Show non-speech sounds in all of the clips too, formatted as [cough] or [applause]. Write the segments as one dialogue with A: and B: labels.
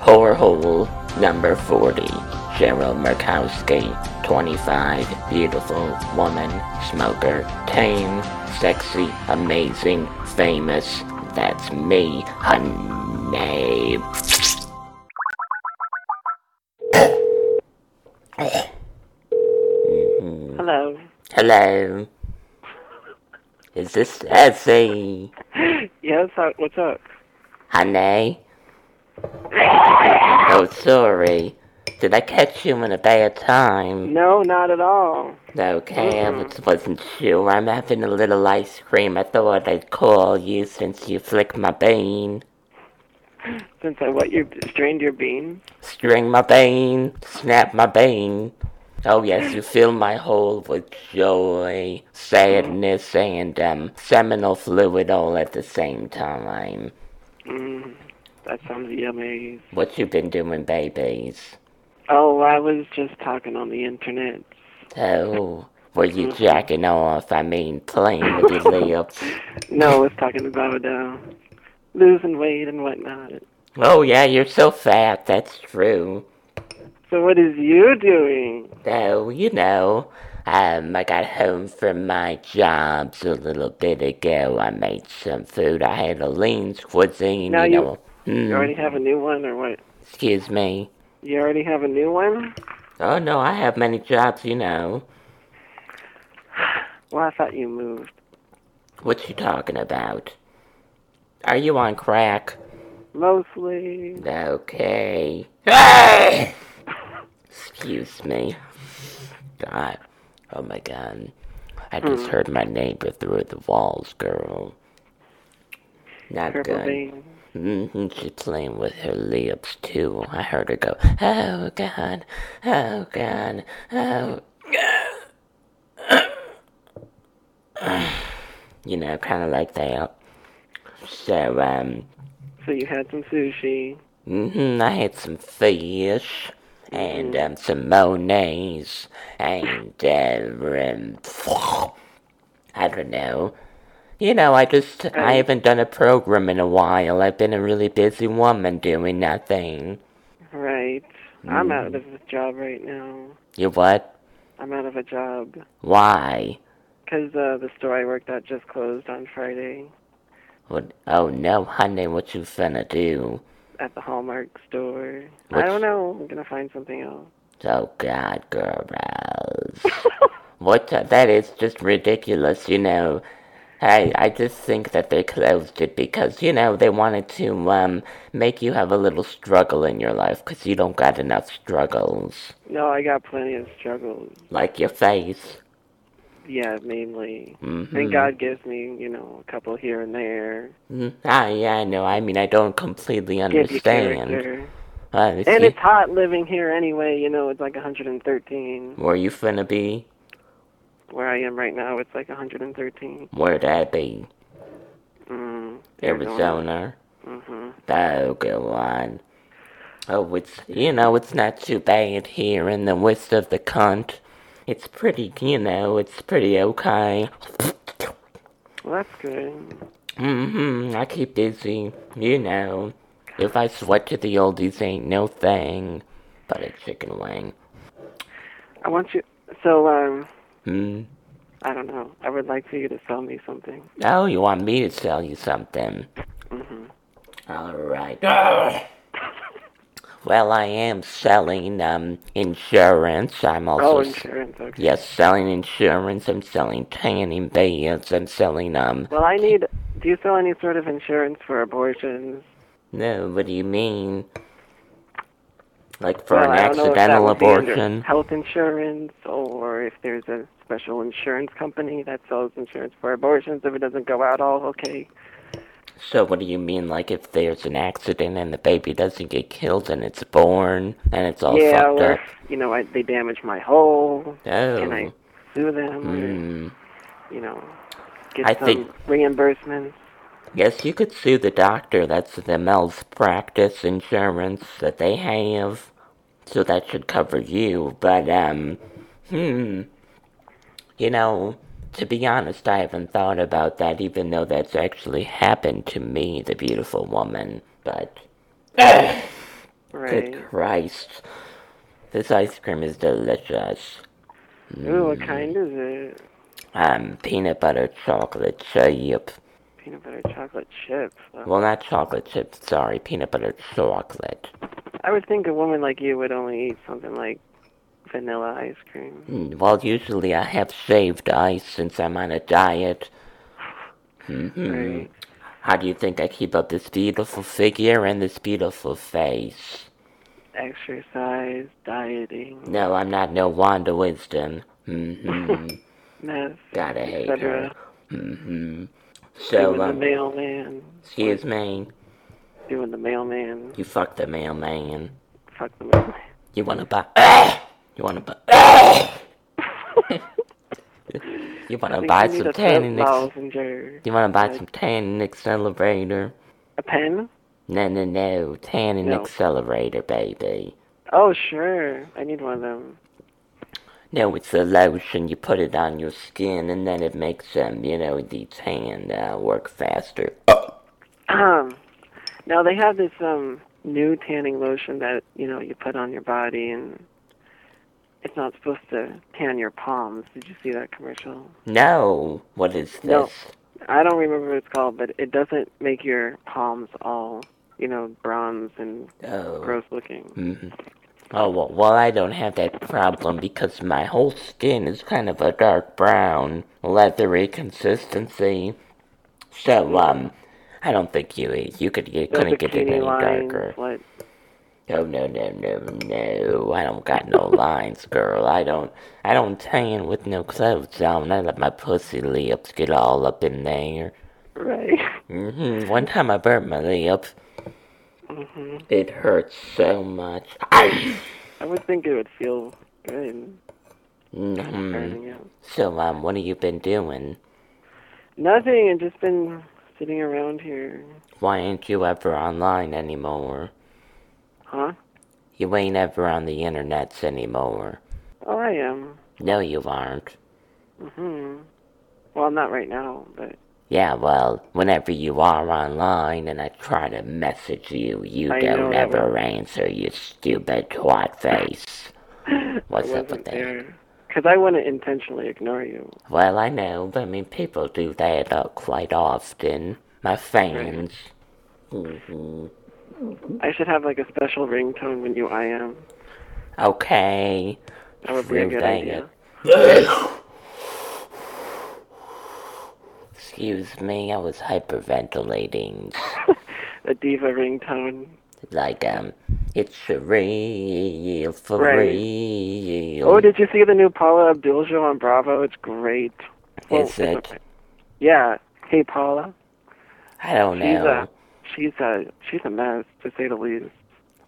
A: Poor Hole, number 40. Cheryl Murkowski, 25. Beautiful woman, smoker, tame, sexy, amazing, famous. That's me, honey.
B: Hello.
A: Hello. Is this Effie?
B: Yes, uh, what's up?
A: Honey? Oh, sorry. Did I catch you in a bad time?
B: No, not at all.
A: Okay, I just wasn't sure. I'm having a little ice cream. I thought I'd call you since you flicked my bean.
B: Since I what you strained your bean.
A: String my bean, snap my bean. Oh yes, you fill my hole with joy, sadness, and um, seminal fluid all at the same time.
B: Mm, that sounds yummy.
A: What you been doing, babies?
B: Oh, I was just talking on the internet.
A: Oh, were you jacking off? I mean, playing with your lips.
B: No, I was talking about uh, losing weight and whatnot.
A: Oh yeah, you're so fat. That's true.
B: So what is you doing?
A: Oh, you know, um, I got home from my jobs a little bit ago. I made some food. I had a lean cuisine,
B: Now
A: you
B: you-
A: know.
B: You
A: Mm,
B: already have a new one or what?
A: excuse me.
B: You already have a new one?
A: Oh no, I have many jobs, you know.
B: Well, I thought you moved.
A: What you talking about? Are you on crack?
B: Mostly.
A: Okay. Hey! Excuse me. God. Oh my god. I just heard my neighbor through the walls, girl. Not
B: Purple
A: good.
B: bean.
A: hmm She's playing with her lips too. I heard her go, "Oh God, oh God, oh." [sighs] you know, kind of like that. So, um,
B: So you had some sushi.
A: hmm I had some fish and um, some Monets and uh, um, I don't know. You know, I just I haven't done a program in a while. I've been a really busy woman doing nothing.
B: Right. I'm out of a job right now.
A: You what?
B: I'm out of a job.
A: Why?
B: Because uh, the store I worked at just closed on Friday
A: What? Oh no, honey, what you finna do?
B: at the Hallmark store. I
A: What's-
B: don't know. I'm going to find something else.
A: Oh God, girls. what? the- that is just ridiculous. You know. I I just think that they closed it because you know they wanted to um make you have a little struggle in your life because you don't got enough struggles
B: No, I got plenty of struggles.
A: like your face.
B: Yeah, mainly.
A: Mm-hmm.
B: And God gives me, you know, a couple here and there.
A: Mm, Ah, yeah, I know. I mean, I don't completely
B: Give you
A: understand.
B: character.
A: Uh, if
B: And
A: you-
B: it's hot living here anyway. You know, it's like 113.
A: where you finna be?
B: Where I am right now, it's like 113.
A: Where'd I be?
B: Mm,
A: Arizona.
B: Mm-hmm.
A: Oh, go on. Oh, it's you know, it's not too bad here in the west of the cunt. It's pretty, you know, it's pretty okay.
B: Well, that's good.
A: Mm-hmm. I keep busy, you know. If I sweat to the oldies, ain't no thing. But a chicken wing.
B: I want you. So, um,
A: Hmm.
B: I don't know. I would like for you to sell me something.
A: Oh, you want me to sell you something?
B: Mm-hmm.
A: All right. well, I am selling um insurance. I'm also
B: Oh,
A: s-
B: insurance. Okay.
A: yes, selling insurance. I'm selling tanning beds. I'm selling um.
B: Well, I need. Do you sell any sort of insurance for abortions?
A: No, what do you mean? Like for
B: well,
A: an
B: I don't know if that
A: accidental
B: would be under
A: abortion?
B: Health insurance, or if there's a special insurance company that sells insurance for abortions. If it doesn't go out all okay,
A: So what do you mean? Like if there's an accident and the baby doesn't get killed and it's born and it's all
B: yeah,
A: fucked
B: or
A: up?
B: if, you know, I, they damage my hole. Can I
A: Oh.
B: sue them?
A: Hmm.
B: Or, you know, get
A: I
B: some
A: think-
B: reimbursement.
A: Yes, you could sue the doctor. That's the malpractice insurance that they have. So that should cover you. But, um, hmm. You know, to be honest, I haven't thought about that, even though that's actually happened to me, the beautiful woman. But,
B: Right.
A: Good Christ. This ice cream is delicious.
B: Ooh, what kind is it?
A: Um, peanut butter chocolate chip.
B: Peanut butter chocolate chip. Uh,
A: Well, not chocolate chip, sorry, peanut butter chocolate.
B: I would think a woman like you would only eat something like vanilla ice cream.
A: Mm, Well, usually I have shaved ice since I'm on a diet. Hmm,
B: Right.
A: How do you think I keep up this beautiful figure and this beautiful face?
B: Exercise, dieting,
A: No, I'm not no wand of wisdom.
B: [laughs]
A: hmm
B: meth,
A: Gotta hate her.
B: etc.
A: hmm So,
B: Doing the
A: um,
B: mailman.
A: excuse me,
B: Doing the mailman.
A: you fucked the mailman.
B: Fuck the mailman.
A: You wanna
B: [laughs]
A: buy? you wanna buy? [laughs] you wanna buy
B: you need
A: some
B: a throat
A: tanning? Ex-
B: lounger.
A: you wanna buy some tanning accelerator?
B: A pen?
A: No, no, no, tanning
B: No.
A: accelerator, baby.
B: Oh, sure. I need one of them. [clears throat]
A: No, it's a lotion. You put it on your skin, and then it makes um, you know, the tan uh, work faster.
B: Um, now they have this um new tanning lotion that you know you put on your body, and it's not supposed to tan your palms. Did you see that commercial?
A: No, what is this?
B: No. I don't remember what it's called, but it doesn't make your palms all you know bronze and
A: Oh.
B: gross looking.
A: Mhm. Oh well, well, I don't have that problem because my whole skin is kind of a dark brown, leathery consistency. So um, I don't think you you could you
B: No
A: couldn't get it
B: bikini
A: any
B: lines,
A: darker.
B: What?
A: No no no no no! I don't got no lines, girl. I don't I don't tan with no clothes on. I let my pussy lips get all up in there.
B: Right. [laughs]
A: hmm One time I burnt my lip. It hurts so much.
B: Mm-hmm.
A: [coughs]
B: I would think it would feel good burning out.
A: Mm-hmm. So, um, what have you been doing?
B: Nothing. I've just been sitting around here,
A: Why ain't you ever online anymore?
B: huh?
A: You ain't ever on the internets anymore.
B: Oh, I am.
A: No, you aren't.
B: Hmm. Well, not right now, but [laughs]
A: Yeah, well, whenever you are online and I try to message you, you
B: I know
A: don't
B: that
A: ever answer, you stupid twat face.
B: I
A: What's up with
B: wasn't
A: that?
B: there. Because I wouldn't intentionally ignore you.
A: Well, I know, but I mean, people do that uh, quite often. My fans. hmm
B: I should have like a special ringtone when you I am.
A: Okay.
B: That would be a
A: Real
B: good
A: dang
B: idea.
A: Excuse me, I was hyperventilating.
B: A diva ringtone.
A: Mm. Like, um, it's for real, for
B: Right.
A: real.
B: Oh, did you see the new Paula Abdul show on Bravo? It's great. Well,
A: Is it?
B: okay. Yeah. Hey, Paula.
A: I don't
B: She's uh,
A: know.
B: a she's a she's a mess to say the least.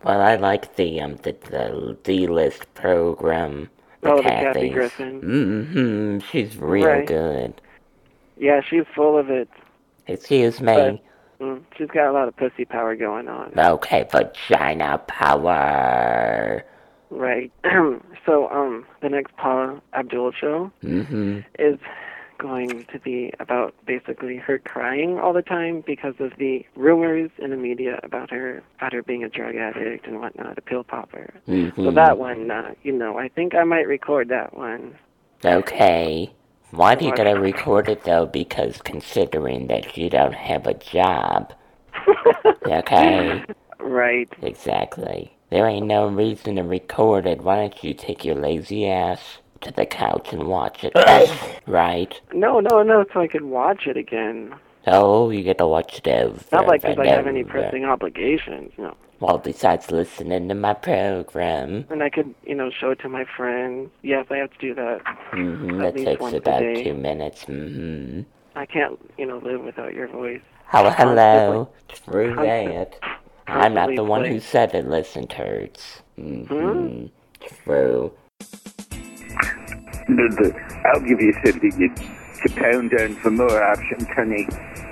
A: Well, I like the, um, the, the D-list program.
B: Oh, the Kathy Griffin.
A: Mm-hmm, she's real
B: Right.
A: good.
B: Yeah, she's full of it.
A: Excuse me.
B: But- Mm, She's got a lot of pussy power going on.
A: Okay, vagina power.
B: Right. [clears throat] so, um, the next Paula Abdul show
A: Mm-hmm.
B: is going to be about basically her crying all the time because of the rumors in the media about her about her being a drug addict and whatnot, a pill popper.
A: Mm-hmm.
B: So that one, uh, you know, I think I might record that one.
A: Okay. Why do you
B: What?
A: gotta record it though? Because considering that you don't have a
B: [laughs]
A: job. Okay.
B: right.
A: exactly. There ain't no reason to record it. Why don't you take your lazy ass to the couch and watch
B: [coughs]
A: it? [coughs] right?
B: No, no, no. So I can watch it again.
A: Oh, you get to watch it over.
B: Not like 'cause
A: and
B: I have any
A: over.
B: pressing obligations. No.
A: Well, besides listening to my program,
B: And I could, you know, show it to my friends. Yes, I have to do that.
A: hmm that
B: At least
A: takes
B: once a
A: about
B: day.
A: two minutes. hmm
B: I can't, you know, live without your voice.
A: Hello, hello. True
B: Constantly.
A: that. I'm not the
B: Constantly Hmm?
A: one who
B: play.
A: said it. Listen, turds. Mm-hmm. True.
C: No, but I'll give you something you, to pound down for more options, honey.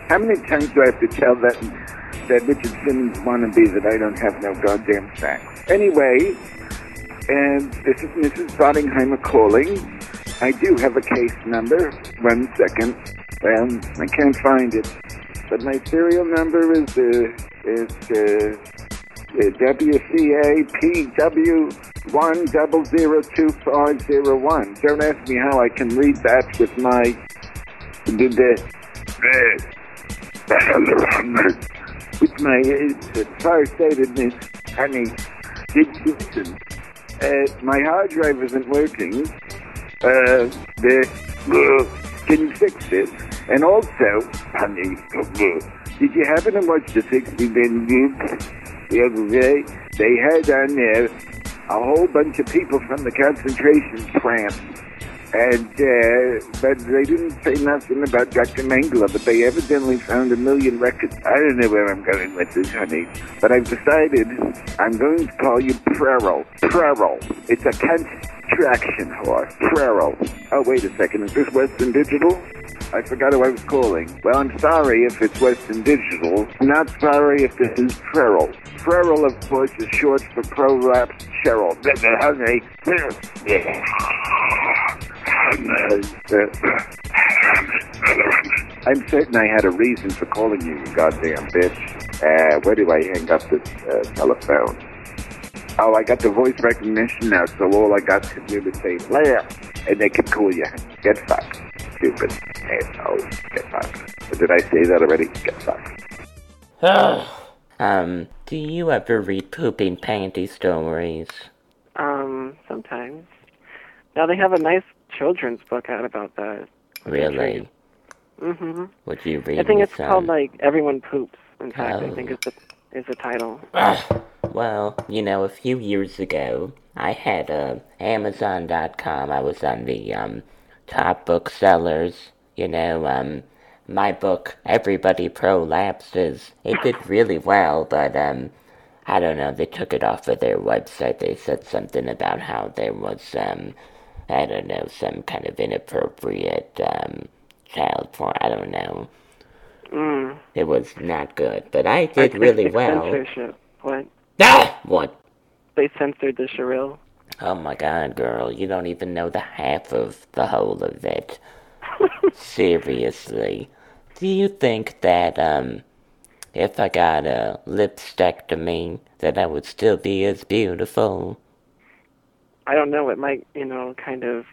C: How many times do I have to tell that that Richard Simmons wannabe that I don't have no goddamn facts? Anyway, and this is Mrs. Boddingheimer calling. I do have a case number. One second. Um, I can't find it. But my serial number is, uh, is, uh, WCAPW10025501. Don't ask me how I can read that with my. Did the. With my uh, far-sightedness, honey, did Simpson. Uh, my hard drive isn't working. Uh, the, uh, can you fix it? And also, honey, uh, did you happen to watch the 60 Minutes the other day? They had on there a whole bunch of people from the concentration camp. And, uh, but they didn't say nothing about Dr. Mengele, but they evidently found a million records. I don't know where I'm going with this, honey, but I've decided I'm going to call you Prero. Prero. It's a contraction whore. Prero. Oh, wait a second. Is this Western Digital? I forgot who I was calling. Well, I'm sorry if it's Western Digital. I'm not sorry if this is Prero. Prero, of course, is short for Prolapse Cheryl. Honey. [laughs] I'm certain I had a reason for calling you, you goddamn bitch. Uh, where do I hang up this uh, telephone? Oh, I got the voice recognition now, so all I got to do is say, Blair, and they can call you. Get fucked. Stupid asshole. Get fucked. Or did I say that already? Get fucked.
A: Um, do you ever read pooping panty stories?
B: Um, sometimes. Now they have a nice children's book out about that.
A: Really?
B: hmm
A: Would you read
B: I think
A: me
B: it's called
A: some?
B: like Everyone Poops. In fact, I
A: Oh.
B: think is the is the title.
A: Well, you know, a few years ago, I had uh, Amazon.com. I was on the um, top booksellers. You know, um, my book, Everybody Prolapses, it did really well, but um, I don't know. They took it off of their website. They said something about how there was, um, I don't know, some kind of inappropriate um, child porn. I don't know.
B: Mm.
A: It was not good, but I
B: I
A: did
B: think
A: really
B: it's
A: well.
B: Censorship. What?
A: Ah! What?
B: They censored the Sheryl.
A: Oh my god, girl, you don't even know the half of the whole of it. Seriously. Do you think that, um, if I got a lipstickectomy, that I would still be as beautiful?
B: I don't know. It might, you know, kind of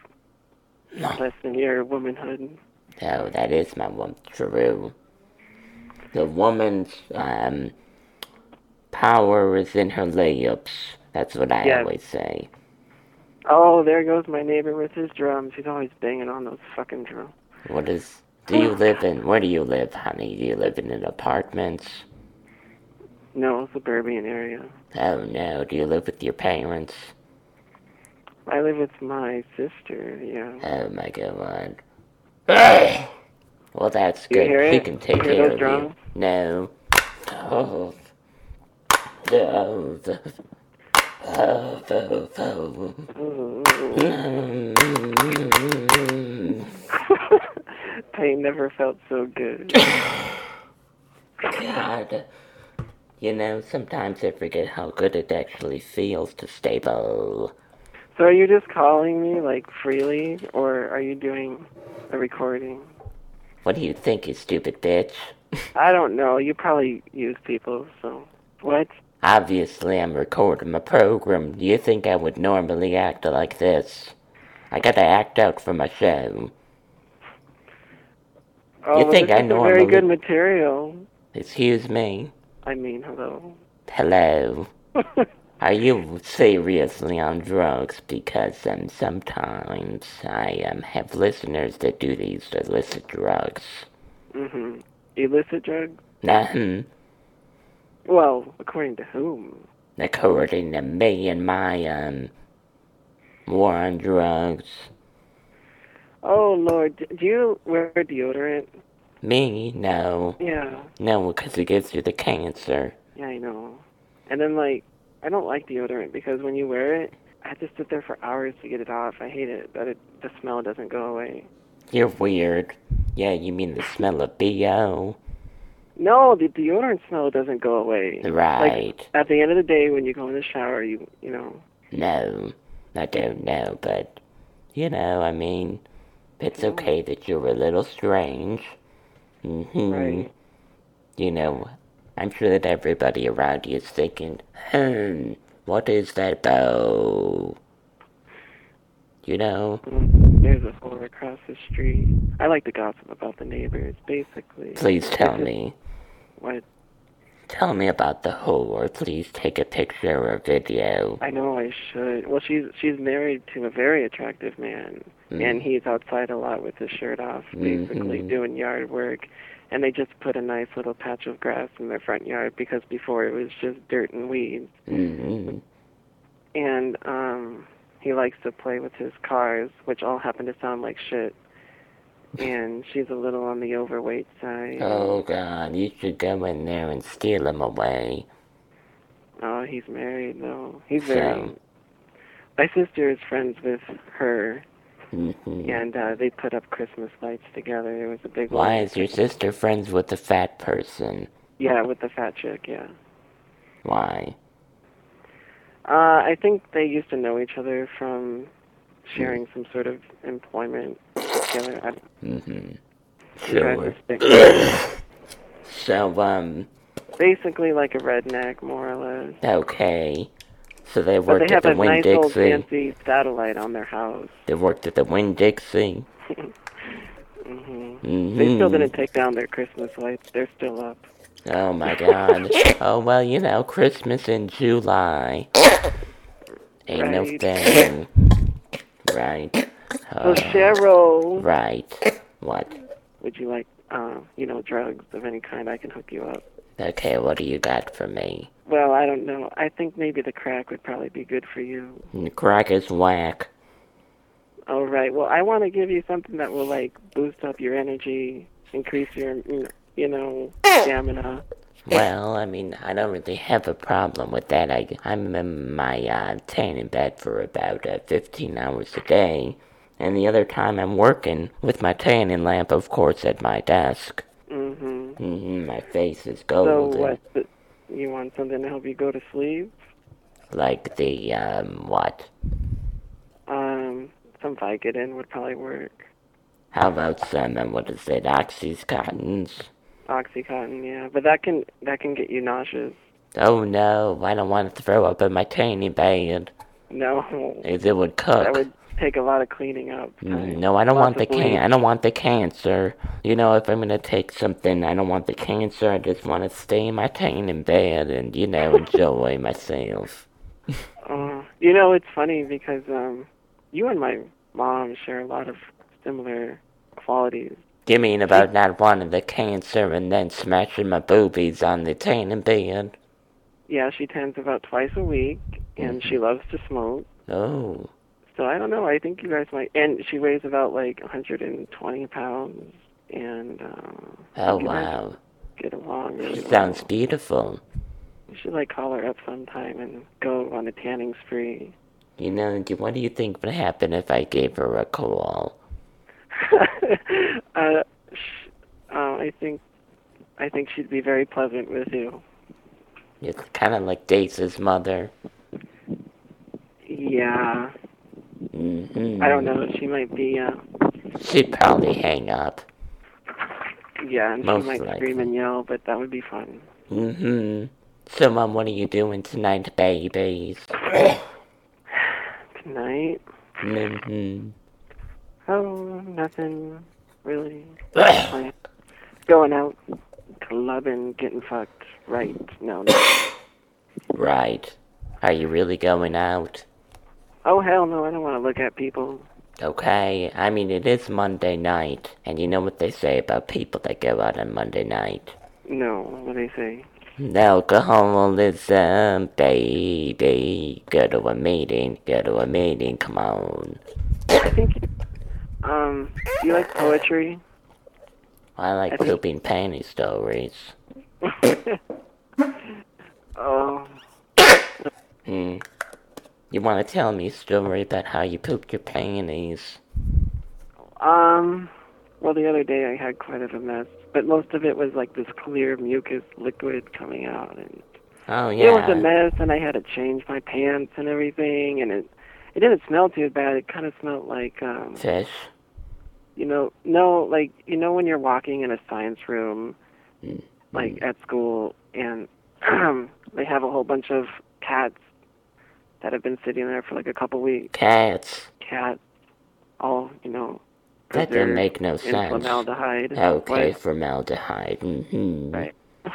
B: lessen your womanhood.
A: Oh, that is my one true. The woman's, um, power is in her layups. That's what I
B: Yes.
A: always say.
B: Oh, there goes my neighbor with his drums. He's always banging on those fucking drums.
A: What is, do you live in, where do you live, honey? Do you live in an apartment?
B: No, suburban area.
A: Oh no, do you live with your parents?
B: I live with my sister.
A: [laughs]
B: Yeah.
A: Oh my god. well, that's
B: You
A: good.
B: hear
A: she
B: it?
A: can take
B: You hear
A: care
B: those
A: of
B: drums?
A: you. No. Oh. Oh. the- Oh. oh, oh. Mm.
B: Pain never felt so good.
A: [laughs] God. You know, sometimes I forget how good it actually feels to stable.
B: So are you just calling me like freely, or are you doing a recording?
A: What do you think, you stupid bitch?
B: I don't know. You probably use people, so what?
A: Obviously, I'm recording my program. Do you think I would normally act like this? I gotta act out for my show.
B: Oh,
A: You
B: well,
A: think
B: Oh, this
A: I
B: is
A: know
B: a very
A: I'm a
B: good
A: li-
B: material.
A: Excuse me.
B: I
A: [laughs]
B: mean, hello.
A: Hello. Are you seriously on drugs? Because um, sometimes I um, have listeners that do these illicit drugs.
B: hmm Illicit drug?
A: Ahem.
B: Well, according to whom?
A: According to me and my um, war on drugs.
B: Oh Lord, d- do you wear deodorant?
A: Me? No.
B: Yeah,
A: No, because it gives you the cancer.
B: yeah, I know. And then like, I don't like deodorant because when you wear it, I have to sit there for hours to get it off. I hate it, but it, the smell doesn't go away.
A: You're weird. Yeah, you mean the smell of BO?
B: No, the deodorant smell doesn't go away.
A: Right.
B: At the end of the day, when you go in the shower, you you know,
A: No, I don't know, but, you know, I mean, it's okay that you're a little strange. hmm
B: right?
A: You know, I'm sure that everybody around you is thinking, hmm, what is that bow? You know,
B: um, There's a whore across the street. I like to gossip about the neighbors, basically.
A: please tell me.
B: What
A: Tell me about the whore. Please take a picture or video.
B: I know I should. Well, she's she's married to a very attractive man,
A: Mm-hmm.
B: and he's outside a lot with his shirt off, basically
A: Mhm.
B: doing yard work. And they just put a nice little patch of grass in their front yard because before it was just dirt and weeds.
A: mm
B: And um, he likes to play with his cars, which all happen to sound like
A: [laughs]
B: shit. And she's a little on the overweight side.
A: Oh, God, you should go in there and steal him away.
B: Oh, he's married though. He's
A: So-
B: married. My sister is friends with her,
A: Mhm.
B: and uh, they put up Christmas lights together. It was a big.
A: Why
B: one.
A: is your sister friends with the fat person?
B: Yeah, with the fat chick. Yeah.
A: Why?
B: Uh, I think they used to know each other from
A: Hmm.
B: sharing some sort of employment together. I
A: Mm-hmm. Sure.
B: tried to
A: [clears throat]
B: stick.
A: So, um,
B: Basically, like a redneck, more or less.
A: okay. So they
B: But
A: worked
B: they
A: at
B: have
A: the
B: a nice
A: Winn
B: old
A: Dixie.
B: fancy satellite on their house.
A: They worked at the Winn Dixie.
B: hmm
A: Mm-hmm.
B: They Mm-hmm. still didn't take down their Christmas lights. They're still up.
A: Oh my
B: [laughs]
A: god. oh well, you know, Christmas in July. Ain't no
B: Right.
A: thing. right.
B: So Cheryl,
A: Uh, Right. What?
B: would you like, uh, you know, drugs of any kind? I can hook you up.
A: Okay, what do you got for me?
B: Well, I don't know. I think maybe the crack would probably be good for you.
A: Crack is whack.
B: All right. Well, I want to give you something that will like boost up your energy, increase your, you know, stamina.
A: Well, I mean, I don't really have a problem with that. I, I'm in my uh, tan in bed for about uh, 15 hours a day, and the other time I'm working with my tanning lamp, of course, at my desk.
B: Mm-hmm.
A: hmm my face is
B: So
A: golden.
B: what? The, you want something to help you go to sleep?
A: Like the, um, what?
B: Um, some Vicodin would probably work.
A: How about some, um, what is it, Oxy's Cottons?
B: OxyContin, yeah, but that can that can get you nauseous.
A: Oh no, I don't want to throw up in my tanning bed.
B: No,
A: It, it would cook.
B: that would take a lot of cleaning up.
A: Mm, No, I don't want the
B: Possibly.
A: can. I don't want the cancer. You know, if I'm gonna take something, I don't want the cancer. I just want to stay in my tan in bed and you know
B: [laughs]
A: enjoy myself.
B: Uh, you know, it's funny because um, you and my mom share a lot of similar qualities.
A: You mean about not wanting the cancer and then smashing my boobies on the tan in bed?
B: Yeah, she tans about twice a week, and she loves to smoke.
A: Oh,
B: So I don't know. I think you guys might. And she weighs about like 120 pounds, and uh,
A: oh
B: you guys
A: wow,
B: get along. Really
A: sounds
B: well.
A: beautiful.
B: You should like call her up sometime and go on a tanning spree. [laughs]
A: You know, do- what do you think would happen if I gave her a call?
B: uh, sh- uh, I think, I think she'd be very pleasant with you.
A: It's kind of like Daisy's mother.
B: Yeah.
A: hmm
B: I don't know. She might be, uh,
A: She'd probably hang up.
B: yeah, and
A: Most
B: she might
A: likely.
B: scream and yell, but that would be fun.
A: Mm-hmm. So, Mom, what are you doing tonight, babies? [coughs]
B: Tonight?
A: Mm-hmm. [coughs]
B: Oh, nothing really. planned. Going out, clubbing, getting fucked. Right. No, no.
A: right. Are you really going out?
B: Oh, hell no. I don't want to look at people.
A: Okay, I mean, it is Monday night, and you know what they say about people that go out on Monday night.
B: No. What do they say?
A: Alcoholism, baby. Go to a meeting, go to a meeting, come on.
B: I think you, um, you like poetry? [laughs]
A: I like
B: think-
A: pooping panty stories.
B: Oh,
A: Hmm. You want to tell me a story about how you pooped your panties?
B: um, well, the other day I had quite of a mess, but most of it was like this clear mucus liquid coming out and
A: Oh, yeah.
B: It was a mess, and I had to change my pants and everything, and it it didn't smell too bad. It kind of smelled like um,
A: Fish.
B: you know,
A: Mm-hmm.
B: no, like you know when you're walking in a science room, like at school, and [clears throat] they have a whole bunch of cats that have been sitting there for like a couple weeks.
A: Cats.
B: Cats, all you know,
A: That
B: preserved
A: didn't make no
B: in
A: sense.
B: formaldehyde.
A: Okay,
B: Like,
A: formaldehyde. Mm-hmm.
B: right. [laughs]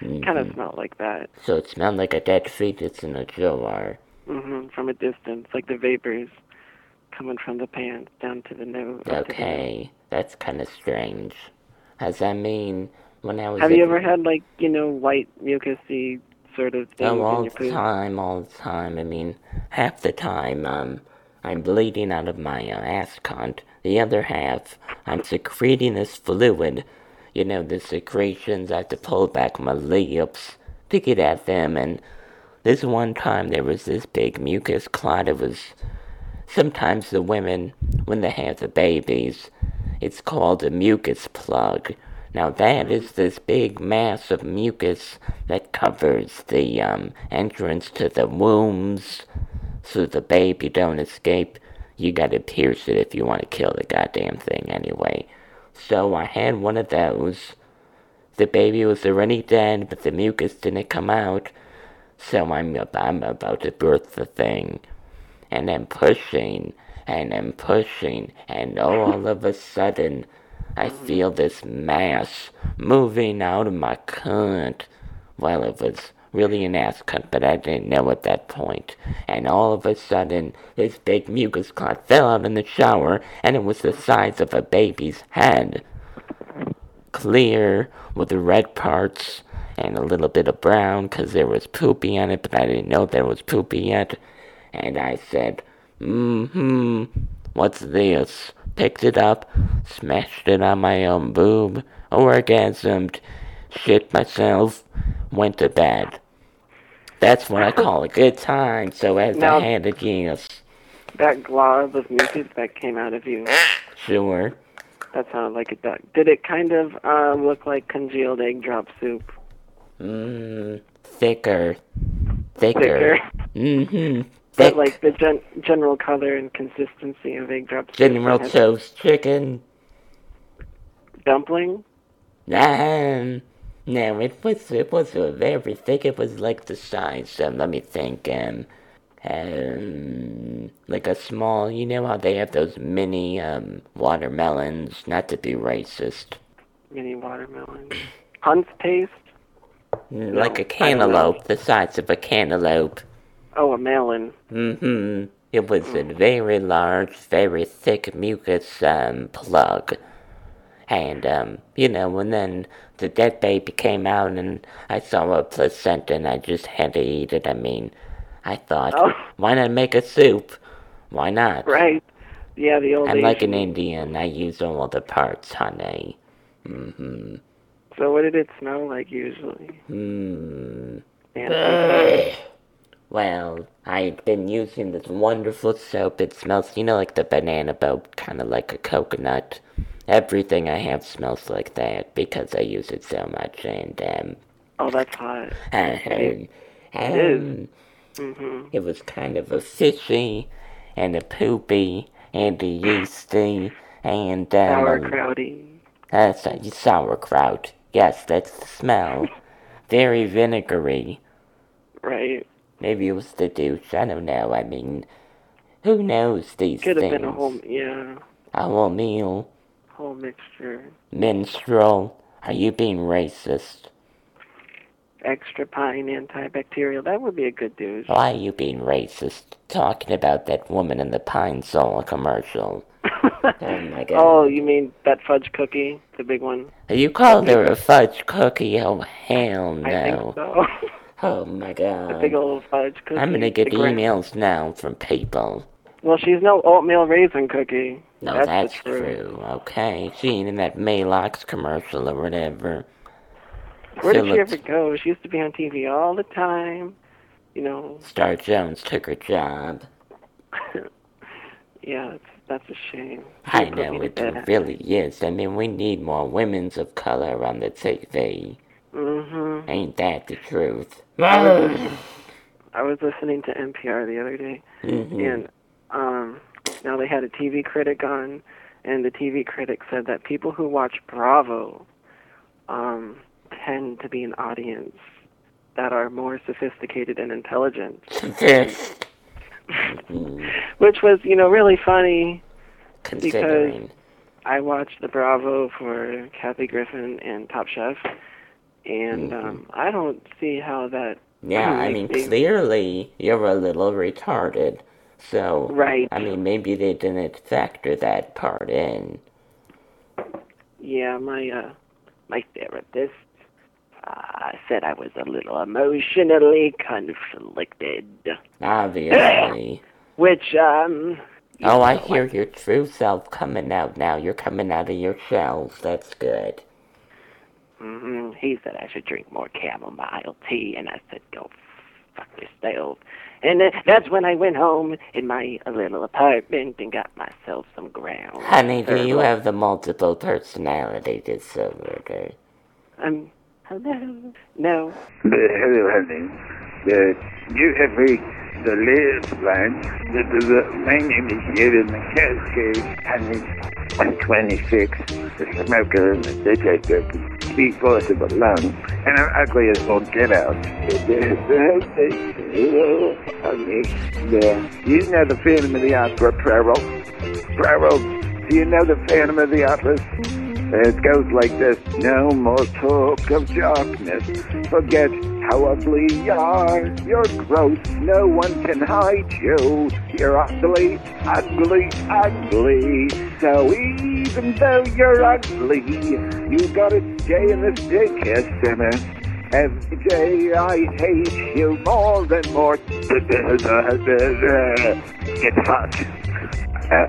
B: kind of smelled like that
A: So it smelled like a dead fetus in a jar.
B: hmm from a distance, like the vapors coming from the pants down to the nose. up to the nose.
A: Okay, that's kind of strange. As I mean, when I was
B: Have
A: a
B: you ever had like you know white mucusy sort of things
A: Oh,
B: in
A: all
B: your
A: the
B: poop?
A: time, all the time. I mean, half the time, um, I'm bleeding out of my uh, ass cunt. The other half, I'm secreting this fluid. You know, the secretions, I have to pull back my lips to get at them. And this one time, there was this big mucus clot. It was sometimes the women, when they have the babies, it's called a mucus plug. Now that is this big mass of mucus that covers the um, entrance to the wombs, so the baby don't escape. You gotta pierce it if you want to kill the goddamn thing anyway. So I had one of those. The baby was already dead, but the mucus didn't come out. So I'm, ab- I'm about to birth the thing and I'm pushing and I'm pushing, and all of a sudden, I feel this mass moving out of my cunt. Well, it was really an ass cunt, but I didn't know at that point. And all of a sudden, this big mucus clot fell out in the shower, and it was the size of a baby's head clear with the red parts and a little bit of brown 'cause there was poopy on it, but I didn't know there was poopy yet. And I said, mm hmm, what's this? Picked it up, smashed it on my own boob, orgasmed, shit myself, went to bed. That's what I call a good time, so as
B: Now-
A: I had a guess,
B: That glob of mucus that came out of you.
A: sure.
B: That sounded like a duck. Did it kind of uh, look like congealed egg drop soup?
A: Mmm, thicker. Thicker.
B: Thicker. [laughs]
A: Mm hmm.
B: But like the gen- general color and consistency of egg drop soup.
A: General
B: had
A: Tso's chicken.
B: dumpling.
A: Um, no, it was it was a very thick. It was like the size. Um, let me think. Um, um, like a small. You know how they have those mini um watermelons. Not to be racist.
B: mini watermelon. [clears throat] Hunt's taste?
A: Like a
B: I don't know.
A: cantaloupe, the size of a cantaloupe.
B: Oh, a melon. [laughs]
A: Mm-hmm. It was a very large, very thick mucus um, plug. And, um, you know, and then the dead baby came out and I saw a placenta and I just had to eat it. I mean, I thought,
B: Oh.
A: why not make a soup? Why not?
B: Right. Yeah, the old
A: I'm like an
B: Asian-
A: Indian. I use all the parts, honey.
B: So what did it smell like usually? Hmm.
A: Mm.
B: Fancy.
A: Uh, Well, I've been using this wonderful soap. It smells, you know, like the banana boat, kind of like a coconut. Everything I have smells like that because I use it so much. And um,
B: oh, that's hot. Mm-hmm.
A: um,
B: is.
A: um, it was kind of a fishy, and a poopy, and a yeasty, and um,
B: Sauerkrauty.
A: uh, so- sauerkraut. Yes, that's the smell. Very vinegary.
B: Right.
A: Maybe it was the douche. I don't know. I mean, who knows these
B: Could have
A: things?
B: been a whole yeah,
A: Our meal,
B: whole mixture.
A: minstrel. Are you being racist?
B: Extra pine antibacterial. That would be a good douche.
A: Why are you being racist? Talking about that woman in the Pine Sol commercial.
B: [laughs]
A: Oh my god.
B: oh, you mean that fudge cookie, the big one?
A: You called her a fudge cookie? Oh hell no.
B: I think so. [laughs]
A: Oh my god.
B: big old fudge cookie.
A: I'm gonna get
B: The gra-
A: emails now from people.
B: Well, she's no oatmeal raisin cookie.
A: No,
B: that's,
A: that's,
B: the truth.
A: true. Okay, she ain't in that Maalox commercial or whatever.
B: Where did
A: So
B: she
A: let's-
B: ever go? She used to be on TV all the time. You know,
A: Star Jones took her job.
B: yeah, it's, that's a shame.
A: I
B: She put
A: know
B: me
A: it
B: to bed.
A: really is. I mean, we need more women's of color on the TV.
B: Mhm.
A: Ain't that the truth? Mm-hmm.
B: I was listening to NPR the other day,
A: Mhm.
B: and um, now they had a TV critic on, and the TV critic said that people who watch Bravo um, tend to be an audience that are more sophisticated and intelligent,
A: This, Mm-hmm.
B: which was, you know, really funny.
A: considering.
B: I watched the Bravo for Kathy Griffin and Top Chef, and um, I don't see how that.
A: Mm-hmm. Yeah, I mean,
B: Maybe.
A: clearly you're a little retarded. So,
B: Right.
A: I mean, maybe they didn't factor that part in.
B: Yeah, my uh, my therapist uh, said I was a little emotionally conflicted,
A: Obviously.
B: which um. you
A: oh, I
B: know,
A: hear your true self coming out now. You're coming out of your shells. That's good.
B: hmm He said I should drink more chamomile tea, and I said, go fuck yourself. And th- that's when I went home in my little apartment and got myself some ground.
A: Honey, do you
B: Herbal.
A: have the multiple personality disorder?
B: Um, hello? No.
C: The hello, honey. The, you have reached the last line. The, the, the, my name is David McCaskey. Honey, I'm 26, a smoker and a cigarette jerky. Three fourths of a lung, and I'm ugly as all get out. Honey, yeah. You know the Phantom of the Opera, Prero. Prero, do you know the Phantom of the Opera? It goes like this. No more talk of darkness. Forget how ugly you are. You're gross. No one can hide you. You're ugly, ugly, ugly. So even though you're ugly, you gotta stay in the daycare center. Every day I hate you more and more. [laughs] It's hot. Uh, uh,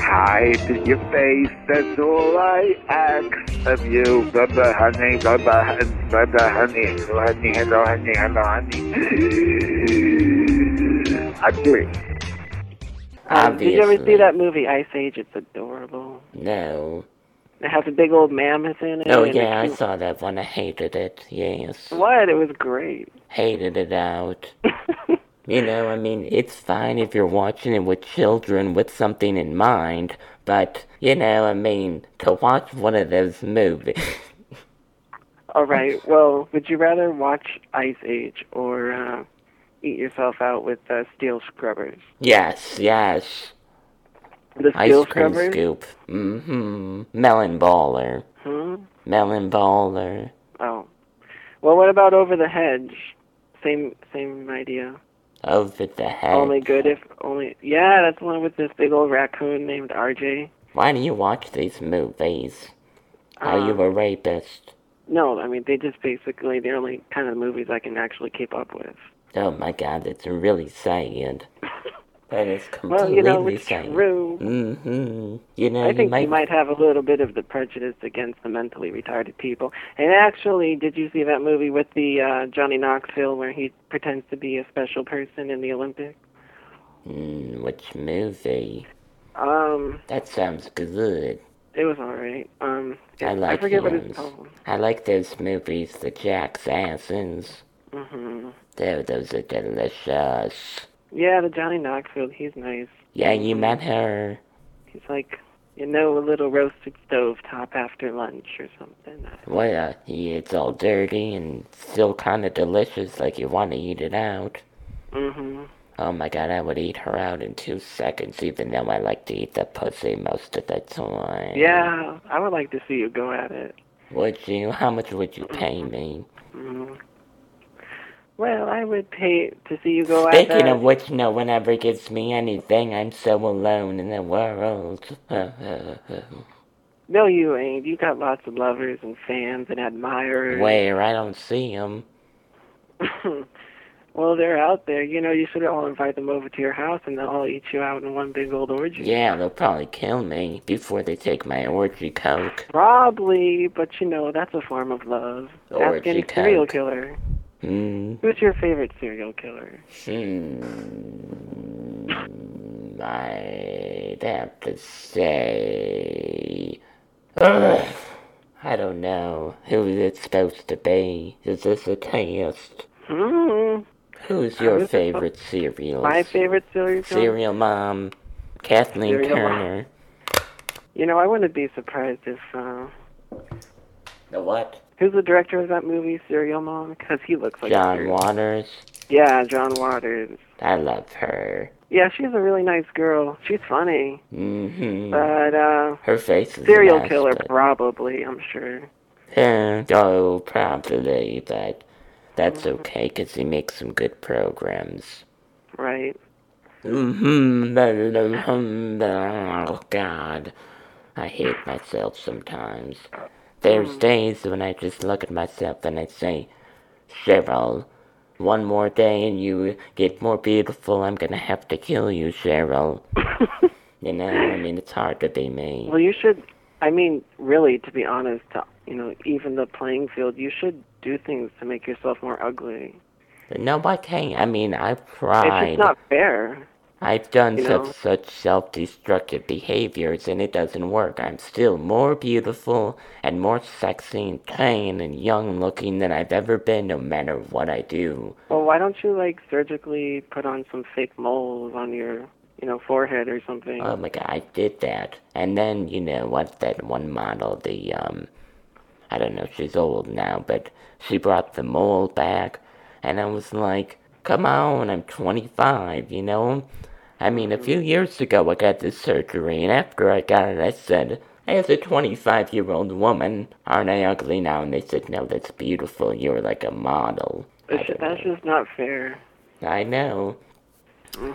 C: hide your face, that's all I ask of you. Bubba honey, bubba honey, bubba honey, hello honey, hello honey, hello honey. I'm doing
B: Um, did you ever
A: Obviously.
B: see that movie Ice Age? It's adorable.
A: No.
B: It has a big old mammoth in it.
A: Oh,
B: and a
A: yeah, I
B: cute-
A: saw that one. I hated it. Yes.
B: What? It was great. [laughs]
A: Hated it out. You know, I mean, it's fine if you're watching it with children with something in mind, but, you know, I mean, to watch one of those movies. [laughs]
B: All right. Well, would you rather watch Ice Age or uh, eat yourself out with uh, steel scrubbers?
A: yes, yes.
B: The steel
A: Ice cream
B: scrubbers?
A: scoop. Mm hmm. Melon baller.
B: Hmm?
A: Melon baller.
B: Oh. Well, what about over the hedge? Same same idea.
A: Over Oh, the head.
B: Only good if only. Yeah, that's the one with this big old raccoon named RJ.
A: Why do you watch these movies? Are
B: Um,
A: you a rapist?
B: No, I mean they just basically they're only kind of movies I can actually keep up with.
A: Oh my god, that's really sad. That is
B: [laughs] Well,
A: completely
B: you know it's
A: sad.
B: true.
A: Mm-hmm. You know,
B: I
A: you
B: think
A: might...
B: you might have a little bit of the prejudice against the mentally retarded people. And actually, did you see that movie with the uh, Johnny Knoxville where he pretends to be a special person in the Olympics?
A: Mm, which movie?
B: Um,
A: That sounds good.
B: it was all right. Um,
A: I
B: it-
A: like
B: I forget what
A: those.
B: it's called.
A: I like those movies, the Jack's Assassins.
B: hmm
A: Oh, those are delicious.
B: Yeah, the Johnny Knoxville. He's nice.
A: Yeah,
B: Mm-hmm.
A: you met her.
B: He's like, you know, a little roasted stove top after lunch or something.
A: Well, uh, yeah, it's all dirty and still kind of delicious, like you want to eat it out.
B: hmm
A: Oh my god, I would eat her out in two seconds, even though I like to eat the pussy most of the time.
B: Yeah, I would like to see you go at it.
A: Would you? How much would you pay me?
B: Mm. Well, I would pay to see you go uh, at
A: Speaking
B: that.
A: of which, no one ever gives me anything. I'm so alone in the world. [laughs] Where?
B: No, you ain't. You got lots of lovers and fans and admirers.
A: I don't see him.
B: [laughs] well, they're out there. You know, you should all invite them over to your house and they'll all eat you out in one big old orgy.
A: Yeah, they'll probably kill me before they take my orgy coke.
B: Probably, but you know, that's a form of love. Ask
A: Orgy
B: any serial
A: cunt.
B: killer.
A: Hmm.
B: Who's your favorite serial killer?
A: Hmm. I'd have to say. Ugh, I don't know who it's supposed to be. Is this a test?
B: Hmm.
A: Who's
B: I
A: your
B: was supposed-
A: favorite cereal?
B: My favorite serial killer?
A: Serial mom, Kathleen
B: Serial mom.
A: Turner.
B: You know, I wouldn't be surprised if uh,
A: The what?
B: Who's the director of that movie, Serial Mom? Because he looks like a
A: John
B: serial-
A: Waters.
B: Yeah, John Waters.
A: I love her.
B: Yeah, she's a really nice girl. She's funny,
A: hmm
B: but uh,
A: Her face is
B: serial
A: nice,
B: killer
A: but-
B: probably. I'm sure.
A: Yeah, oh, probably, but that's
B: Mm-hmm.
A: okay because he makes some good programs.
B: Right. Mm-hmm.
A: Mhm, Oh, God. I hate myself sometimes.
B: Mm.
A: There's days when I just look at myself and I say, Cheryl, one more day and you get more beautiful, I'm gonna have to kill you,
B: [laughs]
A: Cheryl. you know, I mean, it's hard to be me.
B: Well, you should. I mean, really, to be honest, to, you know, even the playing field, you should do things to make yourself more ugly.
A: No, I can't. I mean, I've
B: It's
A: tried.
B: just not fair.
A: I've done
B: You
A: such,
B: know?
A: such self destructive behaviors and it doesn't work. I'm still more beautiful and more sexy and clean and young looking than I've ever been, no matter what I do.
B: Well, why don't you like surgically put on some fake moles on your, you know, forehead or something?
A: Oh my god, I did that. And then, you know, what that one model, the, um, I don't know, she's old now, but she brought the mole back, and I was like, come on, I'm 25, you know? I mean, a few years ago I got this surgery, and after I got it, I said, as a 25 year old woman, aren't I ugly now? And they said, no, that's beautiful, you're like a model. I
B: It's-
A: don't know.
B: that's just not fair.
A: I know.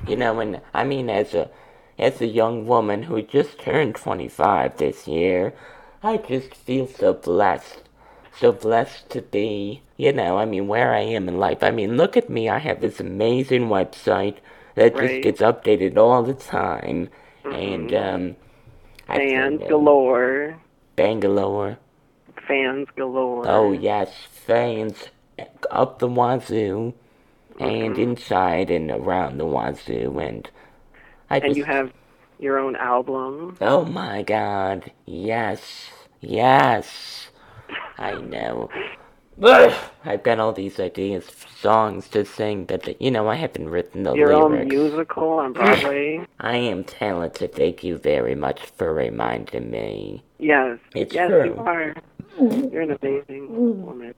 A: You know, and I mean, as a as a young woman who just turned 25 this year, I just feel so blessed, so blessed to be. You know, I mean, where I am in life. I mean, look at me. I have this amazing website that just
B: Right.
A: gets updated all the time, and um, I
B: Fans
A: don't know,
B: galore.
A: Bangalore.
B: Fans galore.
A: Oh yes, fans up the wazoo, and
B: Mm-hmm.
A: inside and around the wazoo, and I
B: And
A: just
B: you have your own album.
A: oh my god, yes, yes, I know. Ugh, I've got all these ideas, for songs to sing, but you know I haven't written the
B: Your own
A: lyrics.
B: musical on Broadway.
A: I am talented. Thank you very much for reminding me.
B: yes.
A: It's
B: yes,
A: true.
B: you are. You're an amazing woman.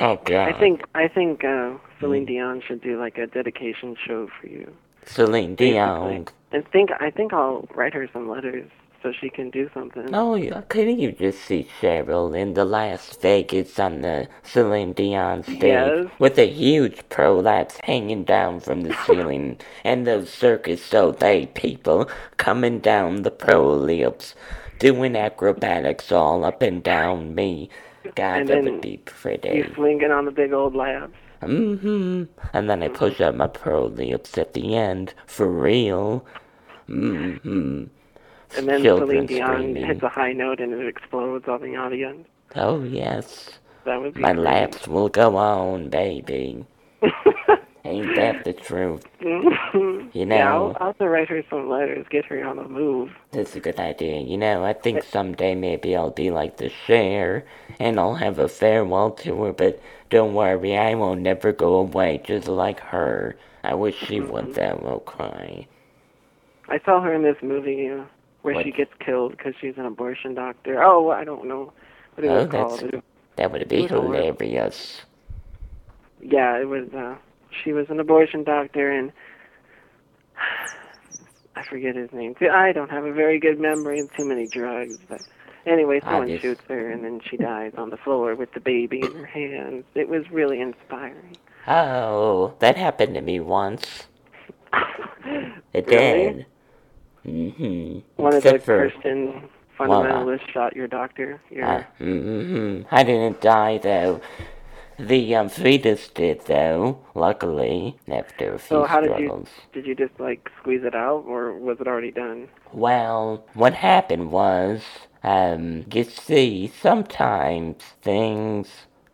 A: Oh god,
B: I think I think uh, Celine
A: Mm.
B: Dion should do like a dedication show for you.
A: Celine Dion.
B: basically. And think I think I'll write her some letters so she can do something.
A: Oh, yeah, couldn't you just see Cheryl in the Las Vegas on the Celine Dion stage
B: Yes.
A: with a huge prolapse hanging down from the
B: [laughs]
A: ceiling and those circus Soleil people coming down the prolapse doing acrobatics all up and down me? God,
B: And
A: that
B: then
A: would be pretty.
B: You swinging on the big old lap.
A: hmm And then I
B: Mm-hmm.
A: push out my prolapse at the end, for real. hmm
B: And then
A: Children
B: Celine Dion
A: screaming.
B: hits a high note and it explodes on the audience.
A: Oh, yes.
B: That would be
A: My
B: great.
A: laps will go on,
B: [laughs]
A: baby. Ain't that the truth? You
B: Yeah, I'll,
A: know,
B: I'll have to write her some letters, get her on the move.
A: that's a good idea. You know, I think someday maybe I'll be like the Cher and I'll have a farewell tour, but don't worry, I will never go away just like her. I wish she
B: Mm-hmm.
A: would, though. I'll cry.
B: I saw her in this movie uh, where
A: What?
B: she gets killed because she's an abortion doctor. Oh, I don't know what it
A: Oh,
B: was
A: that's-
B: called. It,
A: That would be
B: You know what?
A: hilarious.
B: yeah, it was. Uh, she was an abortion doctor, and [sighs] I forget his name. See, I don't have a very good memory of too many drugs, but anyway,
A: I
B: someone
A: just-
B: shoots her, and then she dies on the floor with the baby in her hands. It was really inspiring.
A: Oh, that happened to me
B: [laughs]
A: once. It
B: Really?
A: did. hmm
B: One of the
A: Except for.
B: Christian
A: Well, uh,
B: fundamentalists shot your doctor. Your,
A: Uh, mm-hmm. I didn't die though. The um, fetus did though, luckily, after a few
B: so how did you
A: struggles.
B: did you just like squeeze it out, or was it already done?
A: Well, what happened was, um, you see, sometimes things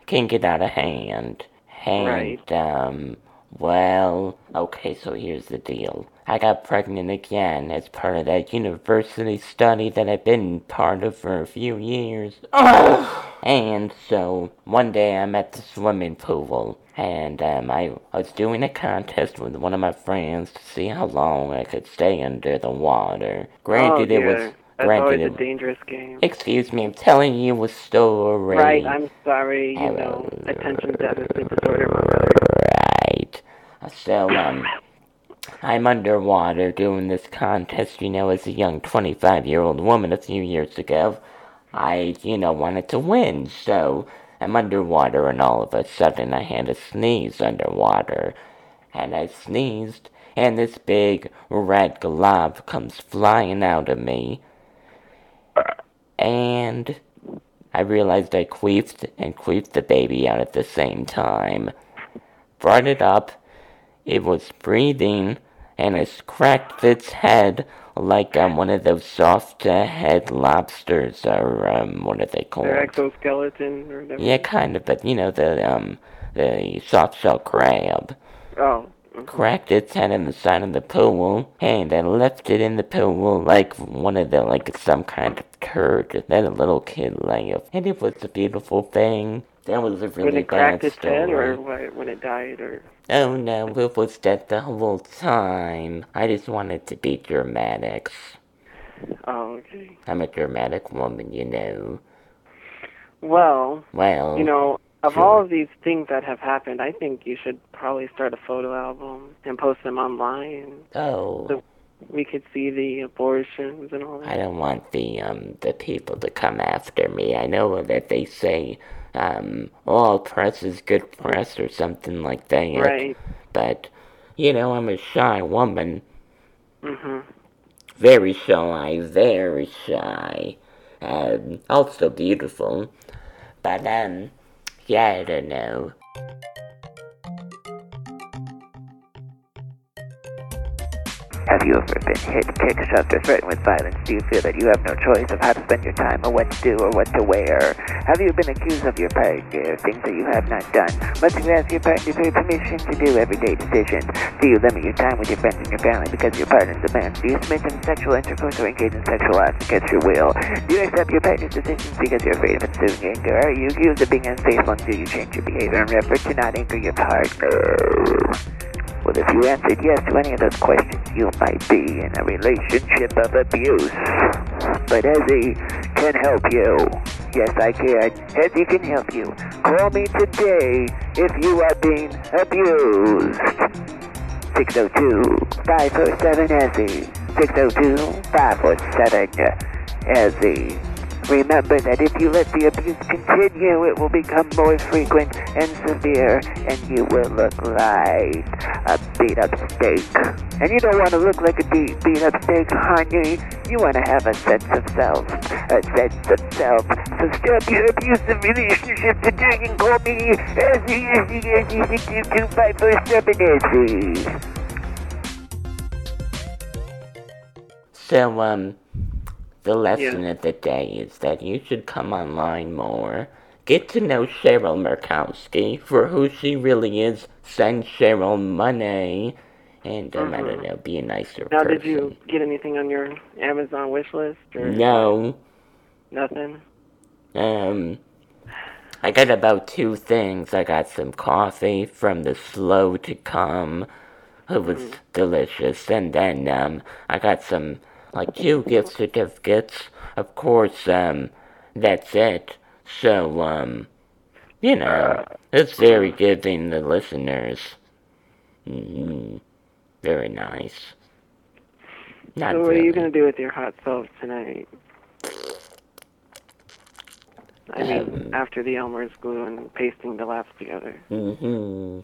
A: can get out of hand. And,
B: Right.
A: um, well, okay, so here's the deal. I got pregnant again as part of that university study that I've been part of for a few years. And so one day I'm at the swimming pool, and um, I was doing a contest with one of my friends to see how long I could stay under the water. Granted, it
B: dear.
A: was
B: Oh, That's
A: Rented
B: always a
A: it.
B: dangerous game.
A: Excuse me, I'm telling you a story.
B: Right, I'm sorry. You know, attention deficit disorder, my brother.
A: Right. So, um, I'm underwater doing this contest, you know, as a young 25 year old woman a few years ago. I, you know, wanted to win, so I'm underwater, and all of a sudden I had a sneeze underwater. And I sneezed, and this big red glob comes flying out of me. And I realized I queefed and queefed the baby out at the same time. Brought it up, it was breathing, and I cracked its head like um, one of those soft uh, head lobsters, or um, what are they called?
B: Their exoskeleton or whatever.
A: Yeah, kind of, but you know, the, um, the soft shell crab.
B: Oh.
A: Cracked its head in the side of the pool, and I left it in the pool like one of the, like some kind of turd that a little kid lay up. And it was a beautiful thing. That was a really
B: When it
A: bad
B: cracked its
A: story.
B: head or what, when it died or.
A: Oh no, Wolf was dead the whole time. I just wanted to be dramatic.
B: Oh, okay.
A: I'm a dramatic woman, you know.
B: Well,
A: Well,
B: you know, of all of these things that have happened, I think you should probably start a photo album and post them online.
A: oh,
B: the- We could see the abortions and all
A: I
B: that.
A: don't want the um the people to come after me. I know that they say um all press is good press or something like that.
B: Right.
A: But you know, I'm a shy woman.
B: hmm
A: Very shy, very shy. Um, also beautiful. But, um, yeah, I don't know.
C: Have you ever been hit, kicked, shoved, or threatened with violence? Do you feel that you have no choice of how to spend your time or what to do or what to wear? Have you been accused of your partner, things that you have not done? Must you ask your partner for your permission to do everyday decisions? Do you limit your time with your friends and your family because your partner demands? Do you submit to sexual intercourse or engage in sexual acts against your will? Do you accept your partner's decisions because you're afraid of ensuing anger? Are you accused of being unfaithful until you change your behavior in an effort to not anger your partner? Well, if you answered yes to any of those questions, you might be in a relationship of abuse. But Ezzy can help you. Yes, I can. Ezzy can help you. Call me today if you are being abused. 602-547-EZZY. 602-547-EZZY. Remember that if you let the abuse continue, it will become more frequent and severe, and you will look like a beat up steak. And you don't want to look like a beat, beat up steak, honey. You want to have a sense of self. A sense of self. So stop your abusive relationship today and call me Ezzy, Ezzy, Ezzy, 62547 Ezzy.
A: So, um, the lesson
B: Yeah.
A: of the day is that you should come online more. Get to know Cheryl Murkowski for who she really is. Send Cheryl money. And, um, I don't know, be a nicer
B: Mm-hmm. Now,
A: person.
B: did you get anything on your Amazon wish list or
A: No.
B: nothing?
A: Um, I got about two things. I got some coffee from the slow to come. It was
B: Mm.
A: delicious. And then, um, I got some, like, two gift certificates. Of course, um, that's it. So, um, you know, it's very giving the listeners. Mm, very nice. Not
B: So, what are
A: really.
B: you going to do with your hot self tonight? I
A: Um,
B: mean, after the Elmer's glue and pasting the laps together.
A: Mm-hmm,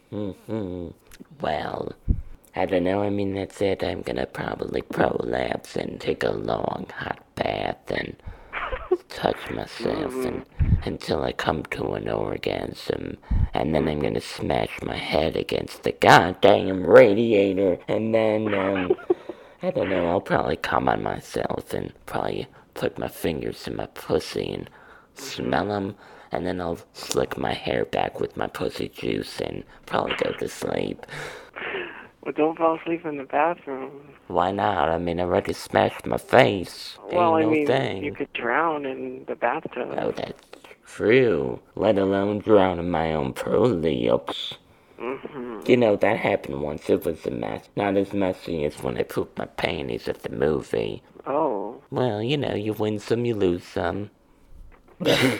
A: hmm Well, I don't know. I mean, that's it. I'm gonna probably prolapse and take a long hot bath and touch myself and, until I come to an orgasm. And then I'm gonna smash my head against the goddamn radiator. And then, um, I don't know. I'll probably come on myself and probably put my fingers in my pussy and smell them, and then I'll slick my hair back with my pussy juice and probably go to sleep.
B: Well, don't fall asleep in the bathroom.
A: Why not? I mean, I already smashed my face. Ain't
B: well, I
A: no
B: mean,
A: thing.
B: you could drown in the bathtub.
A: Oh, that's true. Let alone drown in my own prolapse.
B: Mm-hmm.
A: You know, that happened once. It was a mess. Not as messy as when I pooped my panties at the movie.
B: Oh,
A: Well, you know, you win some, you lose some.
B: Well,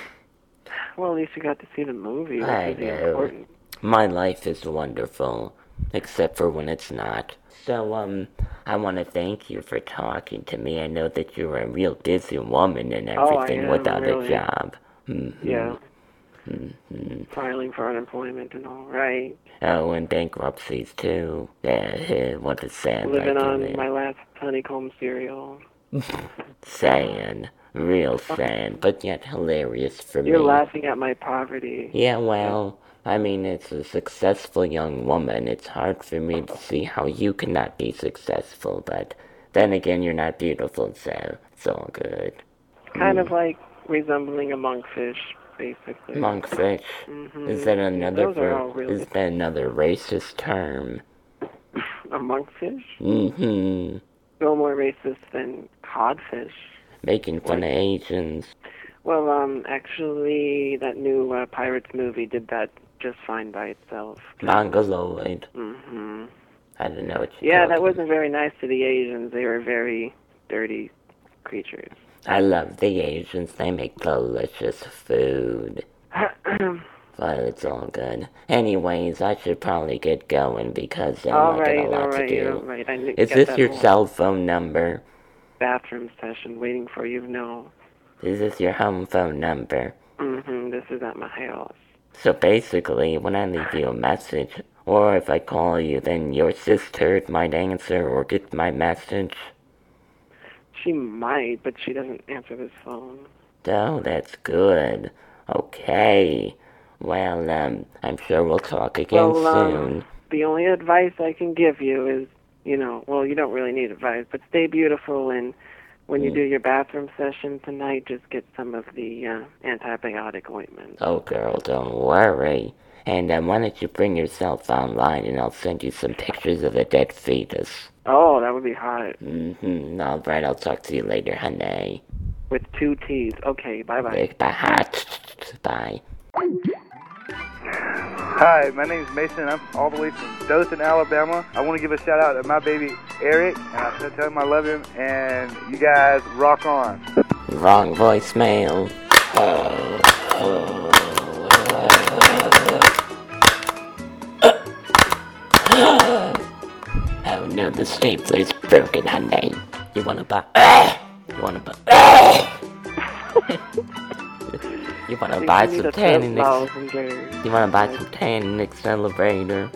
B: at least you got to see the movie. Which
A: I
B: is the
A: know.
B: important.
A: My life is wonderful, except for when it's not. So, um, I want to thank you for talking to me. I know that you're a real busy woman and
B: Oh, I
A: everything
B: am,
A: without
B: really.
A: a job. Mhm.
B: Yeah.
A: Mm-hmm.
B: Filing for unemployment and all, right?
A: Oh, and bankruptcies too. Yeah, [laughs] what a sad
B: Living
A: life
B: on
A: to live.
B: my last honeycomb cereal.
A: Sad, real sad, but yet hilarious for
B: You're
A: me.
B: laughing at my poverty.
A: Yeah, well, I mean, it's a successful young woman. It's hard for me to see how you cannot be successful, but then again, you're not beautiful, so it's all good. Mm-hmm.
B: Kind of like resembling a monkfish, basically.
A: Monkfish. Is that another
B: Mm-hmm. those are all
A: ra-
B: really-
A: is that another racist term?
B: A monkfish?
A: Mm-hmm.
B: No more racist than codfish.
A: Making fun of Asians.
B: Well, um, actually, that new uh, Pirates movie did that just fine by itself.
A: Mongoloid.
B: hmm
A: I don't know what you
B: Yeah, that wasn't very nice to the Asians. They were very dirty creatures. [clears throat]
A: I love the Asians. They make delicious food. But it's all good. Anyways, I should probably get going because um,
B: all
A: I
B: right,
A: got a lot
B: all right,
A: to
B: you're
A: do.
B: right. I didn't
A: Is
B: get
A: this
B: that
A: your
B: whole
A: cell phone number?
B: bathroom session waiting for you? No.
A: Is this your home phone number?
B: hmm This is at my house.
A: So basically, when I leave you a message, or if I call you, then your sister might answer or get my message.
B: She might, but she doesn't answer this phone.
A: Oh, that's good. Okay. Well, um, I'm sure we'll talk again
B: Well, um,
A: soon.
B: The only advice I can give you is, you know, well, you don't really need advice, but stay beautiful and when you do your bathroom session tonight, just get some of the uh, antibiotic ointment.
A: Oh, girl, don't worry. And um, why don't you bring yourself online and I'll send you some pictures of a dead fetus.
B: Oh, that would be hot.
A: Mm-hmm. All right, I'll talk to you later, honey.
B: With two T's. Okay, bye bye.
A: Bye. Bye.
D: Hi, my name is Mason. I'm all the way from Dothan, Alabama. I want to give a shout out to my baby Eric, and I tell him I love him. And you guys rock on.
A: Wrong voicemail. Oh no, the stapler is broken, honey. You wanna buy? You wanna [laughs] buy? you wanna buy
B: You need
A: some
B: a throat
A: tanning? ex-
B: lozenges.
A: You wanna buy some tanning accelerator?